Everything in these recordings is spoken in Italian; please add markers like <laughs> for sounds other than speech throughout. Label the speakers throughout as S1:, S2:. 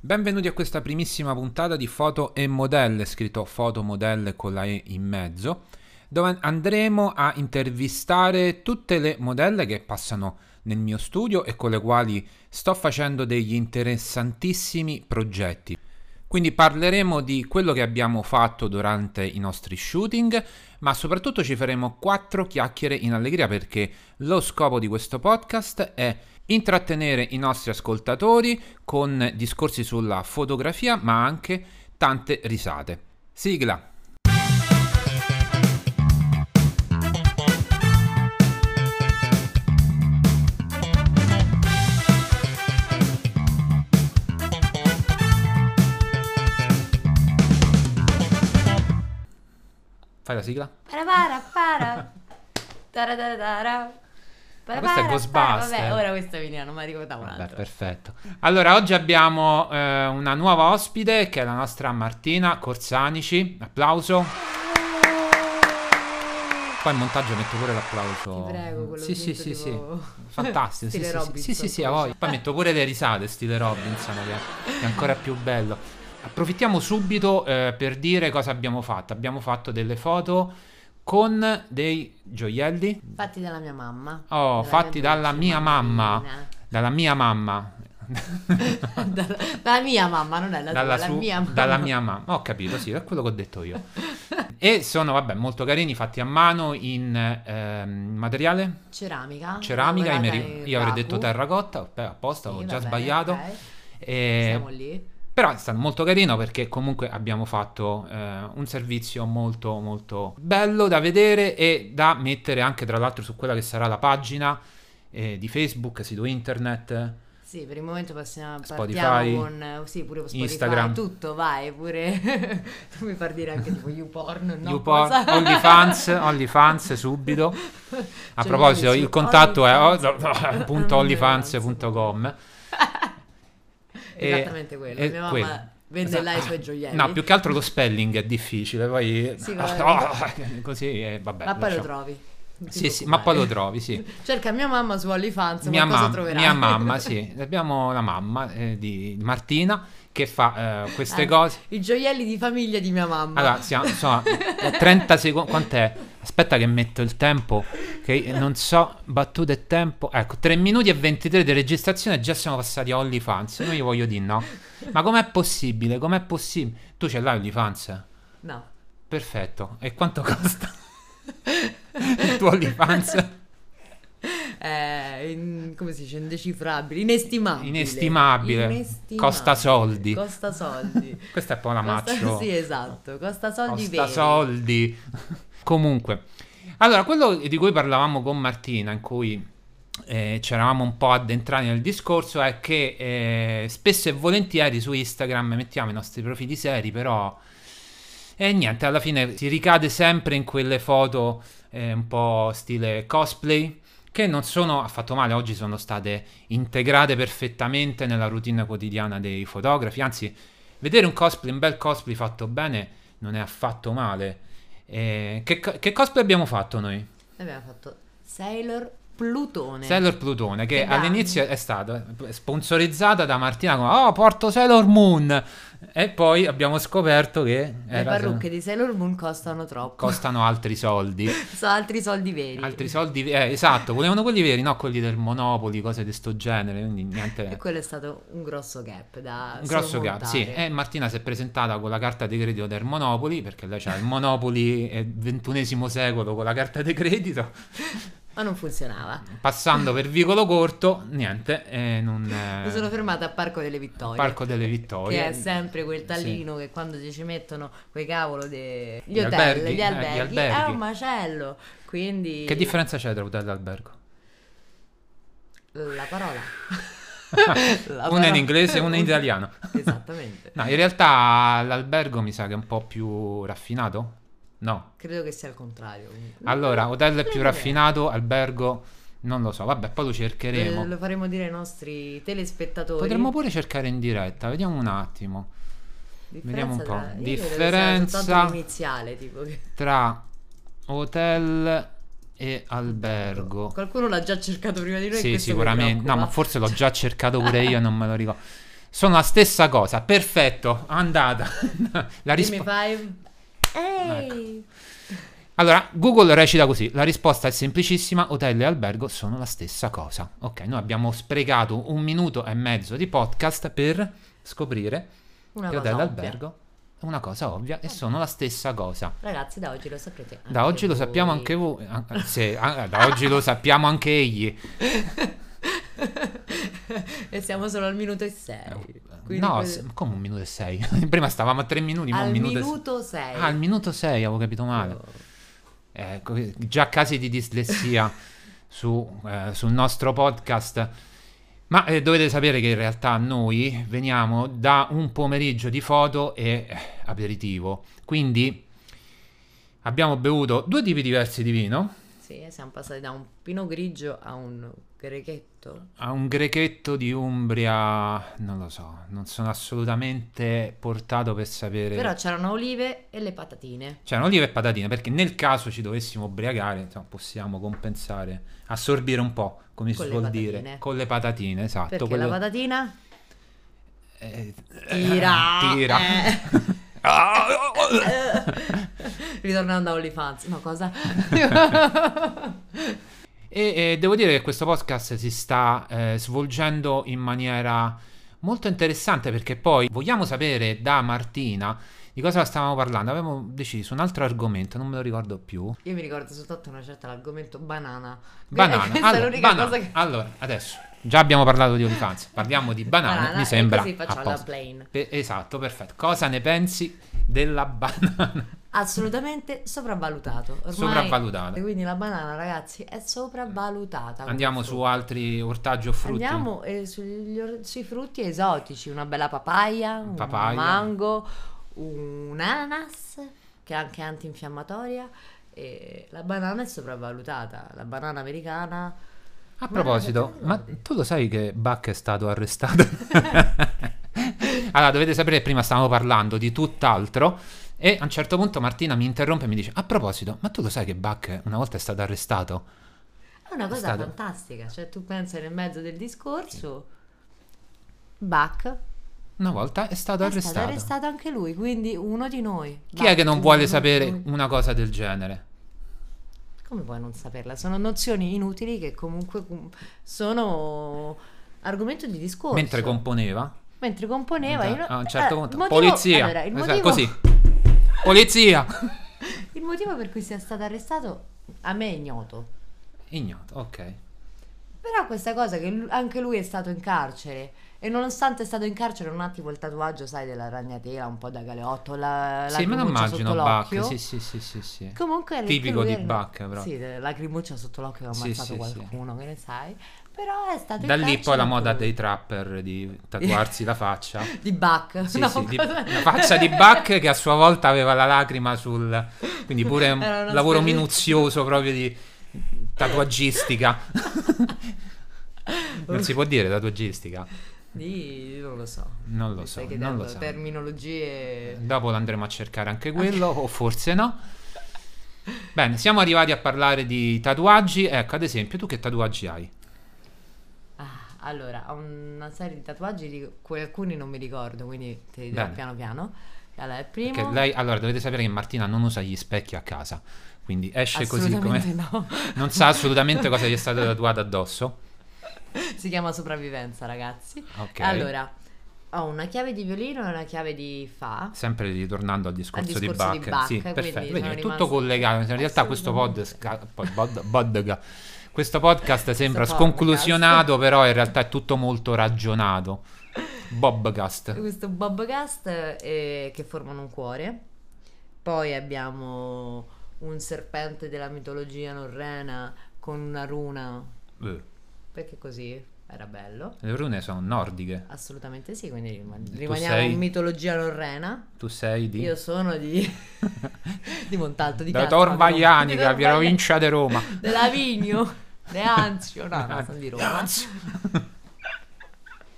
S1: Benvenuti a questa primissima puntata di Foto e Modelle, scritto Foto Modelle con la E in mezzo, dove andremo a intervistare tutte le modelle che passano nel mio studio e con le quali sto facendo degli interessantissimi progetti. Quindi parleremo di quello che abbiamo fatto durante i nostri shooting, ma soprattutto ci faremo quattro chiacchiere in allegria perché lo scopo di questo podcast è intrattenere i nostri ascoltatori con discorsi sulla fotografia, ma anche tante risate. Sigla. Fai la sigla?
S2: Parapara, para.
S1: Ma
S2: Taratatara.
S1: questo Ah, è
S2: Parapara,
S1: Ghostbuster.
S2: para. Vabbè, ora questo è Emiliano, ma ricordavo un
S1: Vabbè,
S2: altro.
S1: perfetto. Allora, oggi abbiamo eh, una nuova ospite che è la nostra Martina Corsanici. Applauso. Poi in montaggio metto pure l'applauso.
S2: Ti prego, quello
S1: Sì, sì,
S2: tutto
S1: sì, sì.
S2: <laughs> tipo-
S1: Fantastico, sì,
S2: Stile
S1: sì, sì,
S2: Robinson,
S1: sì, sì, sì, a
S2: poi.
S1: voi. Poi metto pure le risate, stile Robinson, che è ancora più bello. Approfittiamo subito eh, per dire cosa abbiamo fatto. Abbiamo fatto delle foto con dei gioielli
S2: Fatti dalla mia mamma.
S1: Oh,
S2: Dalla
S1: fatti
S2: mia
S1: dalla
S2: dolce
S1: mia mamma.
S2: mammina.
S1: dalla mia mamma.
S2: <laughs> dalla, dalla mia mamma, non è la
S1: dalla,
S2: tua, la
S1: su-
S2: mia mamma.
S1: dalla mia mamma. Ho capito, sì, è quello che ho detto
S2: <laughs>
S1: io. e sono, vabbè, molto carini, fatti a mano in ehm, materiale
S2: Ceramica.
S1: ceramica. Io, mi
S2: lavorata
S1: ri-
S2: in
S1: io avrei
S2: raku.
S1: detto terracotta, beh, apposta, ho
S2: Sì,
S1: già
S2: va bene,
S1: sbagliato. Eh,
S2: ok.
S1: E-
S2: Siamo lì.
S1: Però è stato molto carino perché comunque abbiamo fatto eh, un servizio molto molto bello da vedere e da mettere anche tra l'altro su quella che sarà la pagina eh, di Facebook, sito internet.
S2: Sì, per il momento passiamo,
S1: Spotify,
S2: partiamo con eh, sì, pure Spotify,
S1: Instagram.
S2: tutto, vai, pure <laughs> tu mi far dire anche tipo YouPorn, no?
S1: YouPorn,
S2: Cosa?
S1: OnlyFans, OnlyFans
S2: <laughs>
S1: subito. A
S2: Cioè,
S1: proposito,
S2: lui dice,
S1: il contatto è <laughs>
S2: <laughs> OnlyFans.
S1: .onlyfans.com.
S2: Esattamente quello.
S1: e
S2: Mia mamma
S1: quello.
S2: vende
S1: Esatto.
S2: là i suoi gioielli.
S1: No, più che altro lo spelling è difficile, poi ah,
S2: Sì, vabbè.
S1: <laughs> così eh, vabbè.
S2: ma poi lo
S1: lasciamo.
S2: trovi. non ti
S1: Sì, sì, ma poi lo trovi,
S2: preoccupare. <laughs>
S1: sì.
S2: Cerca mia mamma su OnlyFans,
S1: Mia,
S2: qualcosa
S1: mam-
S2: troverai.
S1: mia
S2: <laughs>
S1: mamma, sì. Abbiamo la mamma eh, di Martina che fa eh, queste
S2: Anzi,
S1: cose.
S2: I gioielli di famiglia di mia mamma.
S1: Allora, siamo, sono eh, 30 secondi. Quant'è? Aspetta che metto il tempo. Che non so, battute e tempo. Ecco, 3 minuti e 23 di registrazione e già siamo passati a OnlyFans. Io gli voglio dire no. Ma com'è possibile? Com'è possibile? Tu ce l'hai OnlyFans?
S2: No.
S1: Perfetto. E quanto costa <laughs> il tuo OnlyFans?
S2: <laughs> Eh, in- come si dice? Indecifrabile, inestimabile.
S1: Inestimabile.
S2: Inestimabile.
S1: Costa soldi.
S2: Costa soldi.
S1: <laughs> Questa è Paola
S2: Costa,
S1: Maccio.
S2: sì, esatto. Costa soldi
S1: costa
S2: veri.
S1: soldi. <laughs> Comunque, allora, quello di cui parlavamo con Martina, in cui eh, ci eravamo un po' addentrati nel discorso, è che eh, spesso e volentieri su Instagram mettiamo i nostri profili seri, però... E niente, alla fine si ricade sempre in quelle foto eh, un po' stile cosplay, che non sono affatto male, oggi sono state integrate perfettamente nella routine quotidiana dei fotografi, anzi vedere un cosplay, un bel cosplay fatto bene, non è affatto male. Eh, che, co- che cosplay abbiamo fatto noi?
S2: Noi abbiamo fatto Sailor Plutone.
S1: Sailor Plutone, che,
S2: Che danno.
S1: all'inizio è stata sponsorizzata da Martina come Oh, porto Sailor Moon! E poi abbiamo scoperto che
S2: Le
S1: era-
S2: parrucche di Sailor Moon costano troppo.
S1: costano altri soldi.
S2: <laughs> Sono altri soldi veri.
S1: Altri soldi, eh, esatto, volevano quelli veri, no quelli del Monopoli, cose di sto genere, quindi
S2: E
S1: niente.
S2: quello è stato un grosso gap da
S1: Un grosso gap, sì. Eh. E
S2: sormontare.
S1: Martina si è presentata con la carta di credito del Monopoli, perché lei c'ha il Monopoli eh, ventunesimo secolo con la carta di credito,
S2: Ma non funzionava.
S1: passando per Vicolo Corto, niente, eh, non... eh,
S2: Mi sono fermata a Parco delle Vittorie.
S1: Parco delle Vittorie.
S2: Che è sempre quel tallino che quando ti ci mettono quei cavolo de... gli, hotel,
S1: alberghi,
S2: gli
S1: eh, gli
S2: alberghi, è
S1: alberghi.
S2: un macello. Quindi
S1: Che differenza c'è tra hotel e albergo? <laughs>
S2: la parola. La
S1: uno è in
S2: parola.
S1: inglese e uno in italiano.
S2: <laughs> Esattamente.
S1: No, in realtà l'albergo mi sa che è un po' più raffinato. No.
S2: Credo che sia il contrario. comunque.
S1: Allora, hotel è più
S2: idea.
S1: raffinato, albergo non lo so. Vabbè, poi lo cercheremo.
S2: Eh, Lo faremo dire ai nostri telespettatori.
S1: Potremmo pure cercare in diretta, vediamo un attimo. vediamo un po'.
S2: io credo che sia
S1: Differenza-
S2: soltanto l'iniziale, tipo che-
S1: Tra hotel e albergo.
S2: Qualcuno l'ha già cercato prima di noi.
S1: Sì,
S2: questo mi
S1: sicuramente. No,
S2: preoccupa. <laughs>
S1: ma forse l'ho già cercato pure io, non me lo ricordo. Sono la stessa cosa, perfetto,
S2: <laughs>
S1: andata. la
S2: Dimmi
S1: risposta.
S2: five.
S1: Ecco.
S3: Ehi!
S1: Allora, Google recita così: la risposta è semplicissima, hotel e albergo sono la stessa cosa. Ok, noi abbiamo sprecato un minuto e mezzo di podcast per scoprire
S2: Una
S1: che
S2: cosa
S1: hotel e
S2: ovvia.
S1: albergo è una cosa ovvia e sono la stessa cosa.
S2: Ragazzi, da oggi lo saprete. anche
S1: Da oggi lo sappiamo
S2: voi.
S1: anche voi. an- se- ah, da oggi lo sappiamo anche egli.
S2: <laughs> e siamo solo al minuto e sei. Eh, Quindi
S1: Boh, Eh, no,
S2: que-
S1: se- come un minuto e sei? <laughs> Prima stavamo a tre minuti, ma
S2: al
S1: un minuto e sei.
S2: minuto sei. Boh.
S1: Ah, al minuto 6 avevo capito male. Eh, co- già casi di
S2: <laughs>
S1: dislessia su, eh, sul nostro podcast. Ma eh, dovete sapere che in realtà noi veniamo da un pomeriggio di foto e eh, aperitivo. Quindi abbiamo bevuto due tipi diversi di vino.
S2: Sì, e siamo passati da un pino grigio a un grechetto.
S1: A un grechetto di Umbria, non lo so, non sono assolutamente portato per sapere.
S2: Però c'erano olive e le patatine.
S1: C'erano olive Cioè, e patatine, perché nel caso ci dovessimo ubriacare, insomma, possiamo compensare, assorbire un po', come si
S2: Con le
S1: vuol
S2: patatine.
S1: dire, con le patatine, esatto.
S2: Perché
S1: quello-
S2: la
S1: <laughs>
S2: patatina
S1: eh,
S2: tira.
S1: <laughs> tira.
S2: eh.
S1: Ah,
S2: Ritornando a OnlyFans.
S1: <laughs>
S2: No, cosa?
S1: E, eh, devo dire che questo podcast si sta eh, svolgendo in maniera molto interessante, perché poi vogliamo sapere da Martina di cosa stavamo parlando. Avevamo deciso un altro argomento, non me lo ricordo più.
S2: Io mi ricordo soltanto una certa l'argomento banana.
S1: Banana.
S2: Questa è
S1: Allora,
S2: l'unica
S1: banana.
S2: cosa che...
S1: Allora, adesso già abbiamo parlato di OnlyFans, parliamo di banane,
S2: Banana,
S1: mi sembra.
S2: E così facciamo la
S1: apposta.
S2: plane.
S1: Pe- esatto, perfetto. Cosa ne pensi della
S2: <laughs>
S1: banana?
S2: Assolutamente sopravvalutato. Ormai...
S1: Sopravvalutata.
S2: Quindi la banana, ragazzi, è sopravvalutata. come
S1: Andiamo su
S2: frutta.
S1: altri ortaggi o frutti.
S2: Andiamo eh, sugli or- sui frutti esotici. Una bella papaya, un
S1: Papaya.
S2: mango, un ananas, che è anche antinfiammatoria. E la banana è sopravvalutata. La banana americana...
S1: A proposito,
S2: Ma-
S1: ma tu lo sai che Bach è stato
S2: <laughs>
S1: arrestato? allora, dovete sapere, che prima stavamo parlando di tutt'altro e a un certo punto Martina mi interrompe e mi dice, a proposito, ma tu lo sai che Bach una volta è stato arrestato?
S2: È una cosa
S1: stato-
S2: fantastica, cioè tu pensi nel mezzo del discorso, Bach è
S1: Una volta è stato
S2: stato
S1: arrestato.
S2: arrestato anche lui, quindi uno di noi.
S1: Chi è che non vuole sapere
S2: Come
S1: una cosa del genere?
S2: puoi non saperla? Sono nozioni inutili che comunque com- sono argomento di discorso.
S1: Mentre componeva,
S2: Mentre componeva... io non-
S1: a un certo
S2: eh,
S1: punto,
S2: il motivo-
S1: polizia,
S2: allora, il,
S1: Esatto,
S2: motivo,
S1: così, polizia,
S2: il motivo per cui sia stato arrestato a me è ignoto.
S1: ignoto, ok.
S2: Però questa cosa che lu- anche lui è stato in carcere e nonostante è stato in carcere un attimo il tatuaggio, sai, della ragnatela, un po' da galeotto, la,
S1: Sì, me lo
S2: lacrimuccia sotto
S1: immagino Bach,
S2: l'occhio.
S1: sì sì sì sì sì.
S2: Comunque anche
S1: Tipico
S2: lui
S1: di
S2: era-
S1: Bach, però.
S2: Sì, la lacrimuccia sotto l'occhio che ha
S1: Sì,
S2: ammazzato
S1: sì, sì.
S2: qualcuno, che ne sai. Però è stato in
S1: Da lì poi
S2: carcere
S1: la moda
S2: anche lui.
S1: dei trapper di
S2: <laughs>
S1: tatuarsi la faccia.
S2: di Bach.
S1: Sì,
S2: no,
S1: sì, di-
S2: cosa-
S1: la faccia di
S2: <laughs>
S1: Bach che a sua volta aveva la lacrima sul... Quindi pure un
S2: <laughs> Era una
S1: lavoro
S2: specie-
S1: minuzioso proprio di tatuaggistica. non si può dire tatuaggistica?
S2: di non lo so.
S1: Non lo
S2: Mi stai
S1: so,
S2: chiedendo
S1: non lo so.
S2: Terminologie
S1: Dopo lo andremo a cercare anche quello, o forse no. Bene, siamo arrivati a parlare di tatuaggi. Ecco, ad esempio, tu che tatuaggi hai?
S2: Ah, allora, ho una serie di tatuaggi di cui alcuni non mi ricordo, quindi te li dirò
S1: Bene.
S2: piano piano. Allora, il primo
S1: Perché lei, allora, dovete sapere che Martina non usa gli specchi a casa, quindi esce così
S2: assolutamente
S1: come...
S2: no.
S1: <laughs> Non sa assolutamente cosa gli è stato tatuato addosso.
S2: Si chiama sopravvivenza, ragazzi.
S1: Ok.
S2: Allora, ho una chiave di violino e una chiave di fa.
S1: Sempre ritornando al discorso,
S2: discorso di
S1: Bach.
S2: Bach,
S1: sì,
S2: quindi
S1: perfetto.
S2: sono
S1: Vedi, è tutto
S2: rimasto-
S1: collegato. In realtà questo podcast,
S2: Assolutamente.
S1: questo podcast sembra
S2: Questo podcast.
S1: sconclusionato, però in realtà è tutto molto ragionato. Bobcast.
S2: Questo bobcast eh, che formano un cuore. Poi abbiamo un serpente della mitologia norrena con una runa.
S1: Eh,
S2: Perché così era bello.
S1: Le rune sono nordiche.
S2: Assolutamente sì, quindi rima-
S1: Tu
S2: rimaniamo
S1: sei-
S2: in mitologia norrena.
S1: Tu sei di...
S2: Io
S1: <laughs>
S2: sono di, di Montalto di
S1: da
S2: Caspa, di
S1: Torbaglianica,
S2: Torbagliani-
S1: provincia di Roma.
S2: <laughs> Della Vigno, De Anzio, no, no, sono di Roma.
S1: Anzi.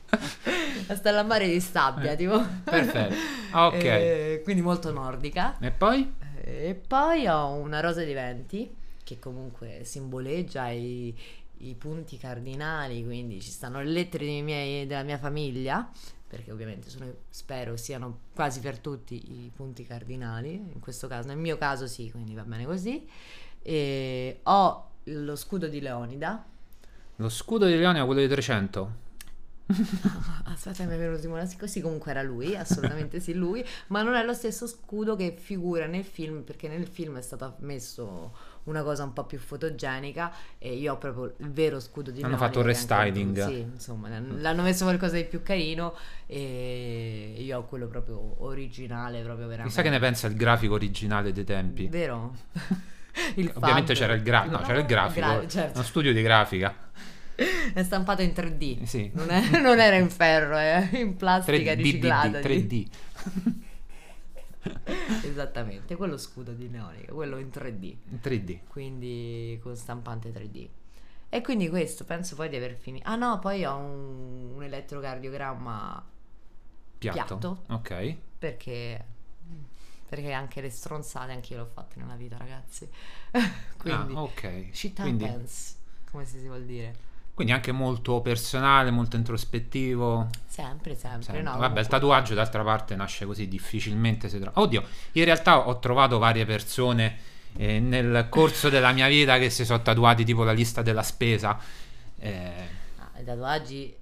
S2: <laughs> La stella mare di Stabia, tipo.
S1: Eh,
S2: <laughs>
S1: Perfetto. Ok.
S2: Eh, quindi molto nordica.
S1: <laughs>
S2: Eh,
S1: E poi?
S2: E poi ho una rosa di venti, che comunque simboleggia i, i punti cardinali, quindi ci stanno le lettere dei miei- della mia famiglia, perché ovviamente sono, spero siano quasi per tutti i punti cardinali, in questo caso, nel mio caso sì, quindi va bene così. E ho lo scudo di Leonida,
S1: Lo scudo di Leone è quello di 300.
S2: aspetta mi è venuto in mente così comunque era lui, assolutamente sì lui, ma non è lo stesso scudo che figura nel film perché nel film è stata messo una cosa un po' più fotogenica e io ho proprio il vero scudo di
S1: Hanno
S2: Leonida,
S1: fatto un
S2: che anche-
S1: restyling.
S2: Sì, insomma, l'hanno l'hanno messo qualcosa di più carino e io ho quello proprio originale, proprio veramente.
S1: Chissà che ne pensa il grafico originale dei tempi.
S2: Vero? <laughs> Il
S1: Ovviamente
S2: fab.
S1: c'era il, gra- no, c'era il grafico,
S2: Gra- <laughs>
S1: <laughs>
S2: certo.
S1: uno studio di grafica.
S2: È stampato in 3D.
S1: Sì.
S2: Non, è- non era in ferro, è in plastica
S1: 3D,
S2: riciclata.
S1: 3D.
S2: Esattamente, quello scudo di Neonica, quello in 3D,
S1: 3D.
S2: quindi con stampante 3D. E quindi questo, penso poi di aver finito. Ah no, poi ho un, un elettrocardiogramma
S1: Piatto.
S2: Piatto.
S1: Ok.
S2: perché, perché anche le stronzate anche io l'ho fatte nella vita, ragazzi. <laughs> quindi,
S1: Ah, ok.
S2: shit
S1: Quindi,
S2: happens, come si si vuol dire.
S1: quindi anche molto personale, molto introspettivo.
S2: Sempre, sempre,
S1: Sempre.
S2: no.
S1: Vabbè, il
S2: comunque-
S1: tatuaggio d'altra parte nasce così difficilmente. Si trova. Oddio, in realtà ho trovato varie persone eh, nel corso della mia vita che si sono tatuati tipo la lista della spesa. Eh,
S2: Ah, I tatuaggi,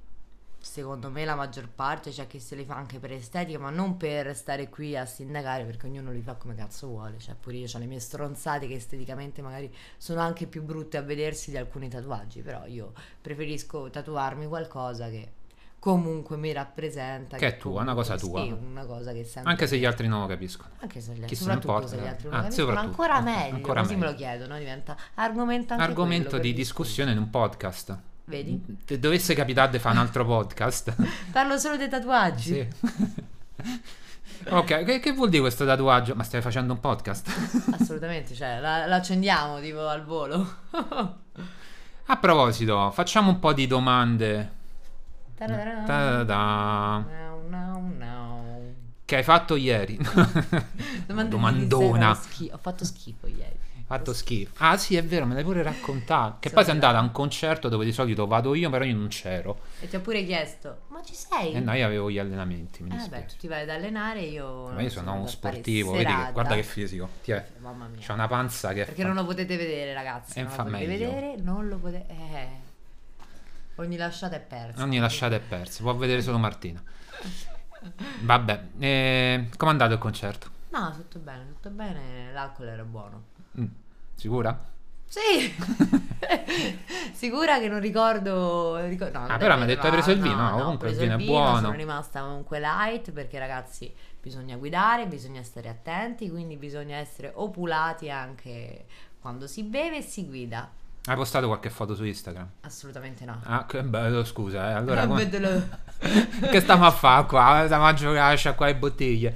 S2: secondo me, la maggior parte c'è chi se li fa anche per estetica, ma non per stare qui a sindacare, perché ognuno li fa come cazzo vuole. Cioè, pure io ho le mie stronzate che esteticamente magari sono anche più brutte a vedersi di alcuni tatuaggi, però io preferisco tatuarmi qualcosa che comunque mi rappresenta.
S1: Che è tua, una cosa
S2: comunque- Sì,
S1: tua.
S2: una cosa che sento.
S1: anche se gli altri non lo capiscono.
S2: Anche se gli
S1: Chi
S2: altri,
S1: se ne
S2: soprattutto
S1: importa,
S2: se gli
S1: però.
S2: altri
S1: Ah,
S2: non capiscono,
S1: soprattutto,
S2: ancora
S1: ah,
S2: meglio,
S1: ancora
S2: così me
S1: meglio.
S2: lo chiedono, diventa argomento anche
S1: Argomento
S2: quello per
S1: di
S2: discutere.
S1: discussione in un podcast.
S2: Vedi?
S1: Se dovesse capitare di fare un altro podcast.
S2: Parlo solo dei tatuaggi.
S1: Sì. <laughs> ok, che, che vuol dire questo tatuaggio? Ma stai facendo un podcast?
S2: Assolutamente, cioè, la, la accendiamo tipo al volo.
S1: A proposito, facciamo un po' di domande.
S2: Tararara.
S1: Ta-da-da.
S2: No, no, no.
S1: Che hai fatto
S2: <laughs>
S1: ieri?
S2: Domande
S1: Domandona.
S2: di schi- ho fatto schifo ieri.
S1: fatto schifo. Ah sì, è vero, me l'hai pure raccontato. Che
S2: Sono
S1: poi sei
S2: andata.
S1: andata a un concerto dove di solito vado io, però io non c'ero.
S2: E ti ho pure chiesto, ma ci sei?
S1: E Eh, no, io avevo gli allenamenti, mi
S2: Eh, beh, tu
S1: dispiace.
S2: ti vai ad allenare io...
S1: Ma io sono uno
S2: andata a fare
S1: sportivo, vedi che,
S2: serata.
S1: guarda che fisico. Ti è.
S2: Mamma mia.
S1: C'ho una panza che...
S2: Perché
S1: fa-
S2: non lo potete vedere, ragazzi.
S1: Eh,
S2: non lo
S1: fa
S2: potete
S1: meglio.
S2: vedere, non lo potete... Eh. Ogni lasciata è persa.
S1: Ogni lasciata è persa, può vedere solo
S2: <laughs>
S1: Martina. Vabbè, eh, com'è andato il concerto?
S2: No, tutto bene, tutto bene. L'alcol era buono.
S1: Mm, Sicura?
S2: Sì, <laughs> sicura che non ricordo. ricor- no,
S1: Ah, però mi ha detto hai preso il
S2: no,
S1: vino,
S2: no, ho
S1: comunque il
S2: preso
S1: vino è buono.
S2: Sono rimasta comunque light perché ragazzi bisogna guidare, bisogna stare attenti, quindi bisogna essere opulati anche quando si beve e si guida.
S1: Hai postato qualche foto su Instagram?
S2: Assolutamente no.
S1: Ah, che bello, scusa, eh. Allora, come-
S2: Vedelo.
S1: <laughs> che stiamo a fare qua? Stiamo a giocare a sciacquare bottiglie.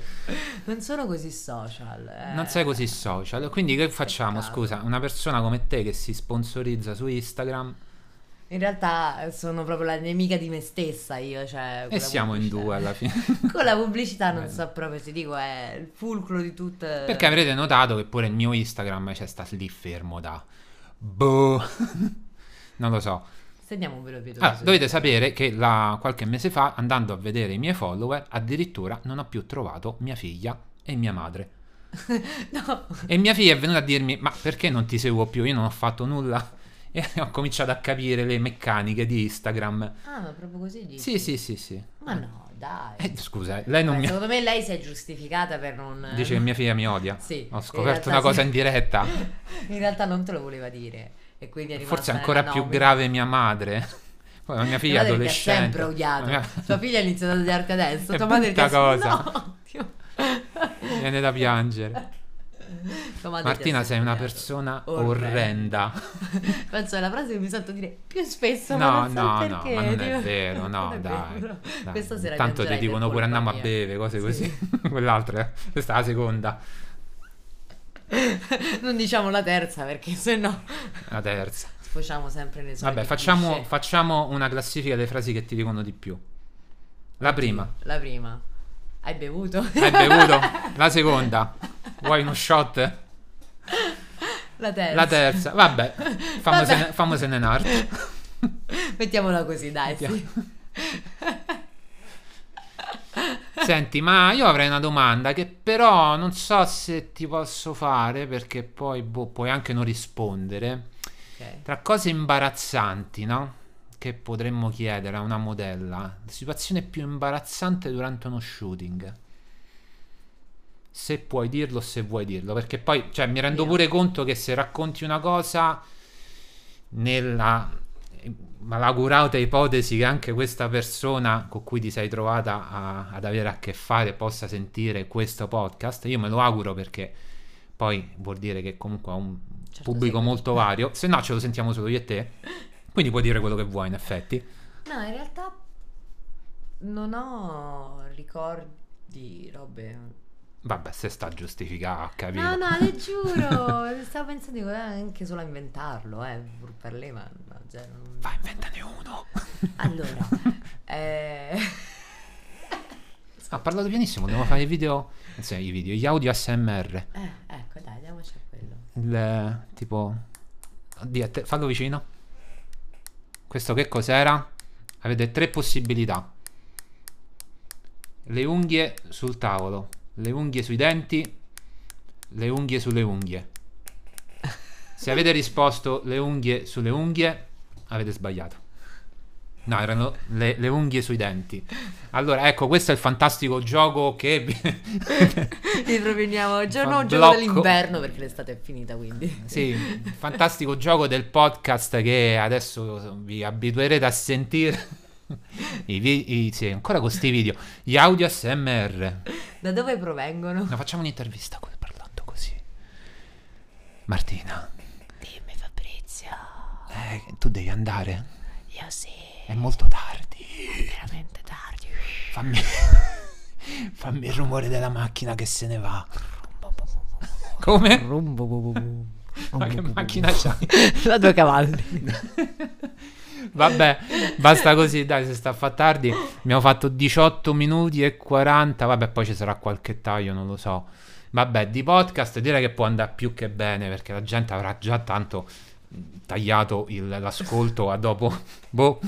S2: non sono così social. eh.
S1: Non sei così social, quindi che facciamo?
S2: Peccato.
S1: Scusa, una persona come te che si sponsorizza su Instagram
S2: In realtà eh, sono proprio la nemica di me stessa io, cioè...
S1: e
S2: quella
S1: siamo in
S2: pubblicità. Eh.
S1: due alla fine.
S2: <laughs> Con la pubblicità non
S1: Bello.
S2: so proprio se dico è il fulcro di tutto.
S1: Perché avrete notato che pure il mio Instagram c'è sta lì fermo da... Boh. <laughs> non lo so.
S2: Stendiamo un velo pietoso.
S1: Ah, dovete sapere che la- qualche mese fa, andando a vedere i miei follower, addirittura non ho più trovato mia figlia e mia madre.
S2: <laughs> No,
S1: E mia figlia è venuta a dirmi: Ma perché non ti seguo più? Io non ho fatto nulla. <laughs> E ho cominciato a capire le meccaniche di Instagram.
S2: ah, ma proprio così dici?
S1: Sì, sì, sì, sì.
S2: Ma no, dai.
S1: Eh, scusa, eh, lei non
S2: Beh,
S1: mi.
S2: Secondo me lei si è giustificata per non... eh,
S1: Dice che mia figlia mi odia.
S2: Sì,
S1: Ho
S2: in
S1: scoperto
S2: realtà
S1: una
S2: sì.
S1: cosa
S2: <laughs>
S1: in diretta.
S2: In realtà non te lo voleva dire. E quindi è rimasta
S1: Forse
S2: nella
S1: ancora più
S2: nomina.
S1: grave mia madre.
S2: <laughs>
S1: Poi la mia figlia
S2: Tua madre ti ha
S1: adolescente.
S2: sempre odiato.
S1: Mia- <laughs>
S2: Tua figlia ha iniziato ad odiarti adesso.
S1: È
S2: Tua madre ti ha
S1: brutta cosa.
S2: No, <laughs> Dio.
S1: Viene da
S2: <laughs>
S1: piangere.
S2: Tua madre ti ha
S1: Martina,
S2: sempre
S1: sei una
S2: odiato.
S1: persona
S2: Orrenda.
S1: orrenda.
S2: Penso è la frase che mi sento dire più spesso.
S1: No,
S2: ma non so
S1: no,
S2: perché.
S1: no, ma non
S2: Tipo-
S1: è vero, no,
S2: Non è
S1: dai.
S2: vero.
S1: dai.
S2: Questa sera
S1: Tanto ti
S2: piangerai per
S1: dicono pure
S2: colpa
S1: andiamo a
S2: mia.
S1: bere, cose
S2: Sì.
S1: così. <laughs> Quell'altra, è- questa è la seconda,
S2: <laughs> non diciamo la terza perché sennò
S1: la terza.
S2: sfociamo sempre nei soliti
S1: Vabbè, facciamo,
S2: cliché.
S1: facciamo una classifica delle frasi che ti dicono di più. La prima,
S2: La prima. Hai bevuto?
S1: hai bevuto? La seconda, vuoi uno shot?
S2: <laughs> Eh. la terza.
S1: La terza, vabbè, famosene,
S2: Vabbè. <laughs>
S1: famosene in arte.
S2: Mettiamola così, dai. sì.
S1: Senti, ma io avrei una domanda che però non so se ti posso fare perché poi boh, puoi anche non rispondere.
S2: Ok.
S1: Tra cose imbarazzanti, no? Che potremmo chiedere a una modella. La situazione più imbarazzante durante uno shooting. Se puoi dirlo, se vuoi dirlo. Perché poi, cioè, mi rendo
S2: Vero.
S1: pure conto che se racconti una cosa nella eh, malaugurata ipotesi che anche questa persona con cui ti sei trovata a- ad avere a che fare possa sentire questo podcast, io me lo auguro perché poi vuol dire che comunque ha un
S2: Certo,
S1: pubblico
S2: seguito.
S1: molto
S2: <laughs>
S1: vario, se no ce lo sentiamo solo io e te. Quindi puoi dire quello che vuoi, in effetti.
S2: No, in realtà non ho ricordi, robe.
S1: Vabbè, se sta giustificata, ho capito.
S2: No, no, <laughs>
S1: <laughs>
S2: le giuro. Stavo pensando di anche solo a inventarlo, eh. pur Per lei, ma no, cioè, non-
S1: Vai, inventane uno.
S2: <laughs> Allora,
S1: <laughs>
S2: eh,
S1: Ha Ah, parlato pianissimo, dobbiamo fare i video, cioè i video, gli audio ASMR.
S2: eh, ecco, dai, andiamoci a quello.
S1: Il tipo. Oddio, te- fallo vicino. Questo che cos'era? Avete tre possibilità: le unghie sul tavolo, le unghie sui denti, le unghie sulle unghie. Se avete risposto le unghie sulle unghie, avete sbagliato. No, erano le, le unghie sui denti. Allora, ecco, questo è il fantastico gioco che vi-
S2: Li roviniamo giorno
S1: Fa
S2: giorno
S1: blocco.
S2: dell'inverno perché l'estate è finita, quindi.
S1: Sì, un fantastico gioco del podcast che adesso vi abituerete a sentire. I vi- i- sì, ancora con questi video. Gli audio SMR.
S2: Da dove provengono?
S1: No, facciamo un'intervista co- parlando così. Martina,
S3: Dimmi Fabrizio,
S1: eh, tu devi andare.
S3: io sì,
S1: È molto tardi.
S3: veramente tardi.
S1: Fammi, <laughs> fammi il rumore della macchina che se ne va. Come? Ma che macchina c'hai?
S2: <laughs> Da due cavalli.
S1: Vabbè, basta così, dai, se sta a fa tardi. Abbiamo fatto 18 minuti e 40. Vabbè, poi ci sarà qualche taglio, non lo so. Vabbè, di podcast direi che può andare più che bene perché la gente avrà già tanto mh, tagliato il- l'ascolto a dopo. <laughs> Boh,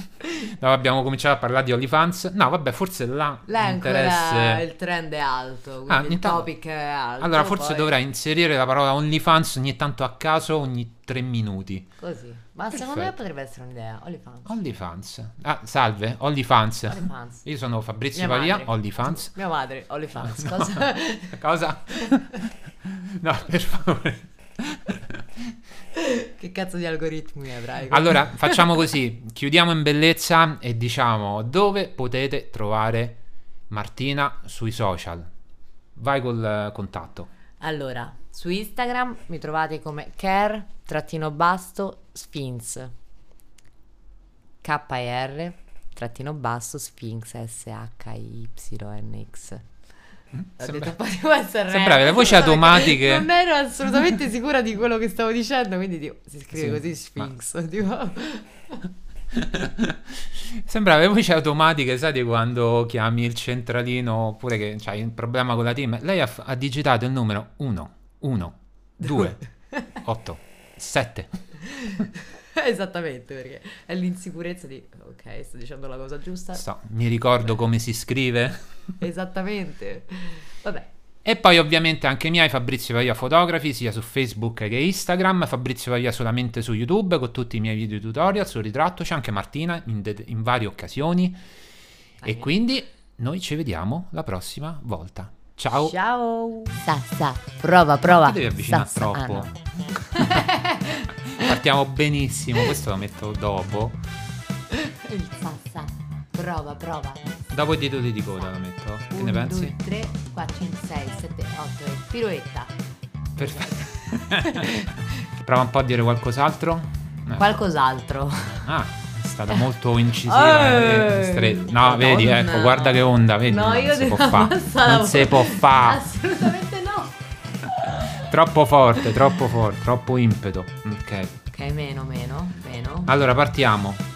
S1: No, abbiamo cominciato a parlare di OnlyFans. No, vabbè, forse là
S2: Là ancora
S1: interesse.
S2: il trend è alto, quindi
S1: Ah,
S2: il
S1: intanto-
S2: topic è alto.
S1: Allora, forse
S2: poi-
S1: dovrei inserire la parola OnlyFans ogni tanto a caso, ogni 3 minuti.
S2: Così. Ma secondo me
S1: Perfetto.
S2: potrebbe essere un'idea. OnlyFans.
S1: OnlyFans. Ah, salve, OnlyFans.
S2: OnlyFans.
S1: Io sono Fabrizio
S2: Mia
S1: Pavia,
S2: madre.
S1: OnlyFans.
S2: Mia madre, OnlyFans.
S1: <laughs> No.
S2: Cosa?
S1: Cosa? <laughs> No, per favore.
S2: <laughs> che cazzo di algoritmi avrai?
S1: Allora, facciamo così, chiudiamo in bellezza e diciamo dove potete trovare Martina sui social. Vai col eh, contatto.
S2: Allora, su Instagram mi trovate come care-basto-sphinx. K-R trattino basso sphinx s-h-y-n-x ho
S1: sembra-
S2: detto
S1: <laughs>
S2: un po' di SRL.
S1: sembrava le voci automatiche.
S2: non ero assolutamente sicura di quello che stavo dicendo quindi tipo, si scrive
S1: Sì,
S2: così
S1: ma-
S2: sphinx <laughs> tipo.
S1: Sembrava le voci automatiche, sai, di quando chiami il centralino oppure che c'hai un problema con la team. Lei ha, f- ha digitato il numero 1, 1,
S2: <laughs>
S1: 2, 8, 7.
S2: <laughs> esattamente perché è l'insicurezza di ok sto dicendo la cosa giusta
S1: mi ricordo come si scrive.
S2: esattamente vabbè
S1: E poi ovviamente anche i miei Fabrizio Pavia Fotografi sia su Facebook che Instagram, Fabrizio Pavia solamente su YouTube con tutti i miei video tutorial sul ritratto, c'è anche Martina in, de- in varie occasioni. E
S2: Dai.
S1: quindi noi ci vediamo la prossima volta. Ciao!
S2: Ciao. Sa, sa, prova, prova.
S1: Ti devi avvicinare
S2: Sa, sa. Ah,
S1: troppo.
S2: no. <laughs>
S1: Partiamo benissimo, questo lo metto dopo.
S2: Il sa, sa, prova, prova.
S1: Dopo i titoli di coda lo metto. Che ne
S2: 1,
S1: pensi?
S2: 2, 3, 4, 6, 7, 8 e
S1: <laughs>
S2: piruetta.
S1: Perfetto. <laughs> Prova un po' a dire qualcos'altro. Eh,
S2: Qualcos'altro.
S1: Ah, è stata molto incisiva.
S2: Eh.
S1: eh, stre- No, vedi,
S2: Madonna.
S1: ecco, guarda che onda, vedi.
S2: No,
S1: non
S2: io
S1: si può
S2: devo
S1: fare.
S2: abbassare
S1: Non
S2: la
S1: si può
S2: voce.
S1: fare.
S2: Assolutamente no.
S1: Troppo forte, troppo forte, troppo impeto. Ok.
S2: Ok, meno, meno, meno.
S1: Allora, partiamo.